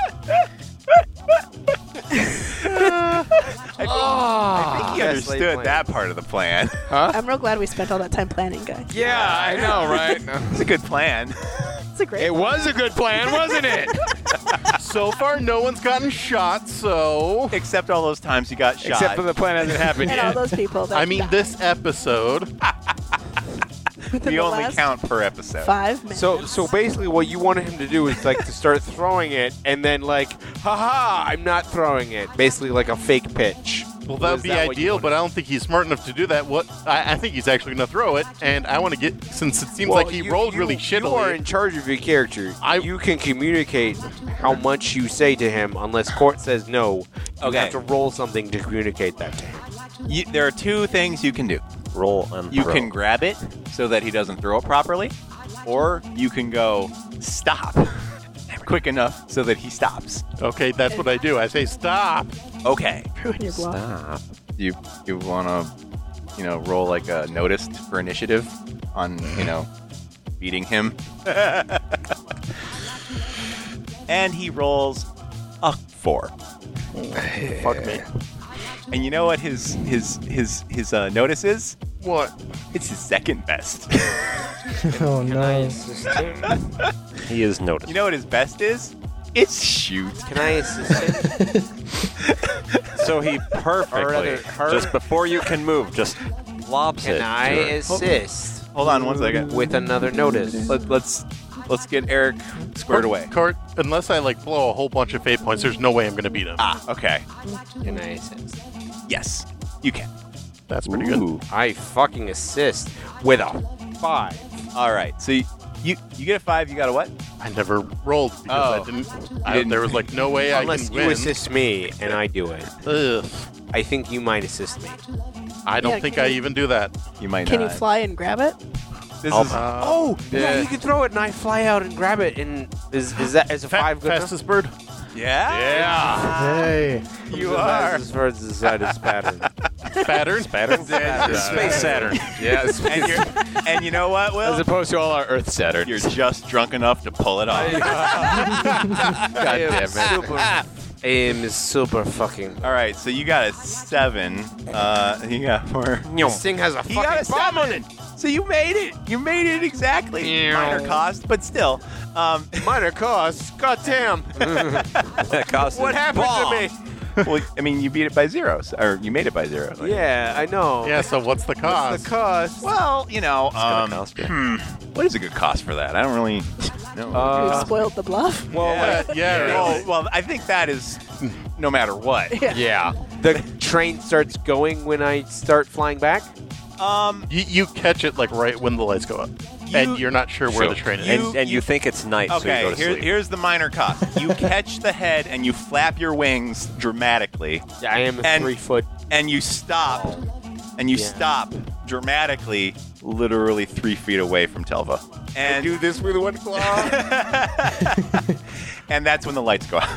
S3: I
S6: Ah,
S3: think he understood that part of the plan.
S5: I'm real glad we spent all that time planning, guys.
S6: yeah, I know, right?
S3: it's a good plan.
S5: It's a great.
S6: it was a good plan, wasn't it?
S2: so far, no one's gotten shot. So
S3: Except all those times he got shot.
S6: Except for the plan hasn't happened
S5: and all
S6: yet.
S5: those people. That
S2: I mean,
S5: died
S2: this episode.
S5: within
S3: we
S5: the
S3: only
S5: last
S3: count per episode.
S5: five minutes.
S4: So so basically, what you wanted him to do is like to start throwing it, and then like, haha, I'm not throwing it. Basically, like a fake pitch.
S2: Well, that would
S4: Is
S2: be
S4: that what you
S2: ideal, but I don't think he's smart enough to do that. What I, I think he's actually going to throw it, and I want to get since it seems
S4: Well,
S2: like he
S4: you-
S2: rolled
S4: you-
S2: really
S4: You are
S2: shittily.
S4: in charge of your character.
S2: I-
S4: you can communicate how much you say to him, unless court says no. You
S3: Okay.
S4: have to roll something to communicate that to him.
S3: You, there are two things you can do.
S7: Roll and
S3: You
S7: throw.
S3: can grab it so that he doesn't throw it properly, or you can go stop quick enough so that he stops.
S2: okay, that's what I do. I say stop.
S3: Okay.
S5: Ruin your bluff.
S9: Ah,
S7: Stop.
S3: You you want to you know roll like a noticed for initiative on you know beating him. and he rolls a 4.
S2: Fuck me.
S3: And you know what his his his his uh, notice is?
S2: What?
S3: It's his second best.
S1: Oh no.
S7: He is noticed.
S3: you know what his best is? It's shoot.
S4: Can I assist him?
S7: so he
S4: Or rather,
S7: perfectly
S4: her?
S7: just before you can move, just lobs it.
S4: Can I
S7: to her.
S4: assist
S3: Hold on one second.
S4: with another notice?
S3: Let, let's let's get Eric squared away.
S2: Cart, unless I like blow a whole bunch of fate points, there's no way I'm going to beat him.
S3: Ah, okay.
S4: Can I assist?
S3: Yes, you can.
S2: That's pretty good.
S4: I fucking assist with a five.
S3: All right. So you, you you get a five. You got a what?
S2: I never rolled because
S4: Oh.
S2: I didn't. I,
S3: didn't-
S2: there was like no way I
S4: Unless
S2: can
S4: you
S2: win.
S4: assist me and I do it.
S2: Ugh.
S4: I think you might assist me.
S2: I don't
S5: Yeah,
S2: think
S5: can
S2: I
S5: you-
S2: even do that.
S3: You might
S5: Can you
S3: not.
S5: fly and grab it?
S3: This
S7: I'll-
S3: is
S4: Oh, yeah.
S6: yeah.
S4: you can throw it and I fly out and grab it and is is that is a
S2: Fa-
S4: five good enough?
S2: fastest bird.
S3: yeah.
S1: Hey.
S3: You
S4: As
S3: are.
S4: As far as the side is pattern.
S2: Pattern. Pattern.
S7: Space Saturn.
S6: Yeah, it's-
S3: And, you're, and you know what,
S6: as
S3: Will?
S6: opposed to all our Earth Saturn.
S3: You're just drunk enough to pull it off.
S6: God damn it.
S4: Super. I am super fucking.
S3: All right. So you got a seven. Uh, you got four.
S4: This thing has a
S3: He
S4: fucking
S3: got a
S4: bomb on it.
S3: seven. So you made it. You made it exactly. Minor cost, but still. Um,
S4: Minor cost. Goddamn.
S7: That cost
S4: What
S7: a
S4: happened
S7: bomb.
S4: to me?
S3: well, I mean, you beat it by zero, so- or you made it by zero. Like,
S4: Yeah, I know.
S2: Yeah. So what's the cost?
S4: What's the cost?
S3: Well, you know, um,
S7: cost you.
S3: hmm, what is a good cost for that? I don't really know.
S5: You've
S4: Uh,
S5: spoiled the bluff.
S4: well,
S2: Uh, yeah.
S3: well, well, I think that is no matter what.
S6: Yeah.
S4: the train starts going when I start flying back.
S3: Um,
S2: You, you catch it like right when the lights go up. and you're not sure where the train is.
S3: You-
S9: and, and you think it's night, so you
S3: Okay,
S9: go to
S3: here-
S9: sleep.
S3: here's the minor cost. You catch the head and you flap your wings dramatically,
S4: I am
S3: And-
S4: three foot.
S3: and you stop, and you
S4: Yeah.
S3: stop dramatically, literally three feet away from Telva. And
S4: this with one claw.
S3: and that's when the lights go out.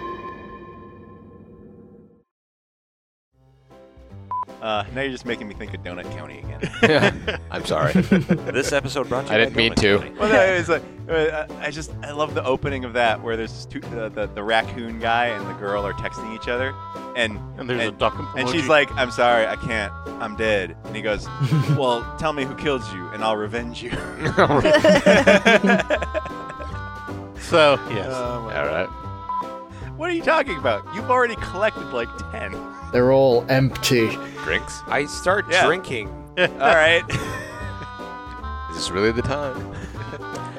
S3: Uh, now you're just making me think of Donut County again.
S6: I'm sorry.
S9: This episode brought you
S6: I
S9: by
S6: didn't mean
S9: Donut
S6: to.
S9: Company.
S3: well, no, it was like, uh, I I just I love the opening of that where there's two, uh, the the raccoon guy and the girl are texting each other, and
S2: And there's a
S3: and,
S2: duck
S3: and
S2: emoji.
S3: she's like, "I'm sorry, I can't, I'm dead," and he goes, "Well, tell me who killed you, and I'll revenge you."
S2: so yes.
S3: Oh, my-
S6: All right.
S3: what are you talking about? You've already collected like ten.
S1: They're all empty.
S6: Drinks?
S4: I start
S3: Yeah.
S4: drinking.
S3: All right.
S6: Is this really the time?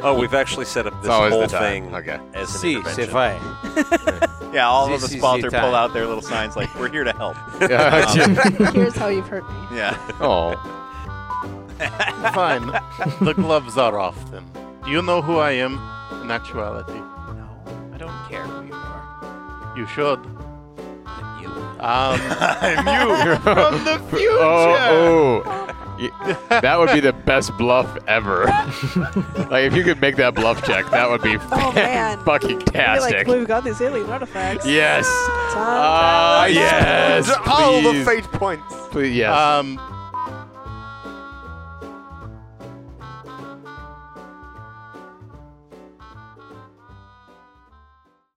S9: Oh, we've actually set up
S6: It's
S9: this
S6: always
S9: whole
S6: the time.
S9: thing
S6: Okay.
S9: as an
S4: See,
S9: intervention.
S4: Sifai.
S3: Yeah, all of the
S4: This is
S3: spalter
S4: the
S3: pull
S4: time.
S3: out their little signs like, "We're here to help."
S5: Here's how you've hurt me.
S3: Yeah.
S6: oh.
S2: Fine. the gloves are off then. Do you know who I am in actuality?
S3: No, I don't care who you are.
S2: You should. Um,
S3: I'm you.
S2: from the future!
S6: Oh, oh. Y- That would be the best bluff ever. like if you could make that bluff check, that would be
S5: Oh, man.
S6: fucking
S5: You're like,
S6: tastic.
S5: well, we've got these alien artifacts.
S6: yes.
S5: Time
S6: Ah,
S5: travel.
S6: yes.
S4: All the
S6: please.
S4: fate points.
S6: Please, yes.
S2: Um,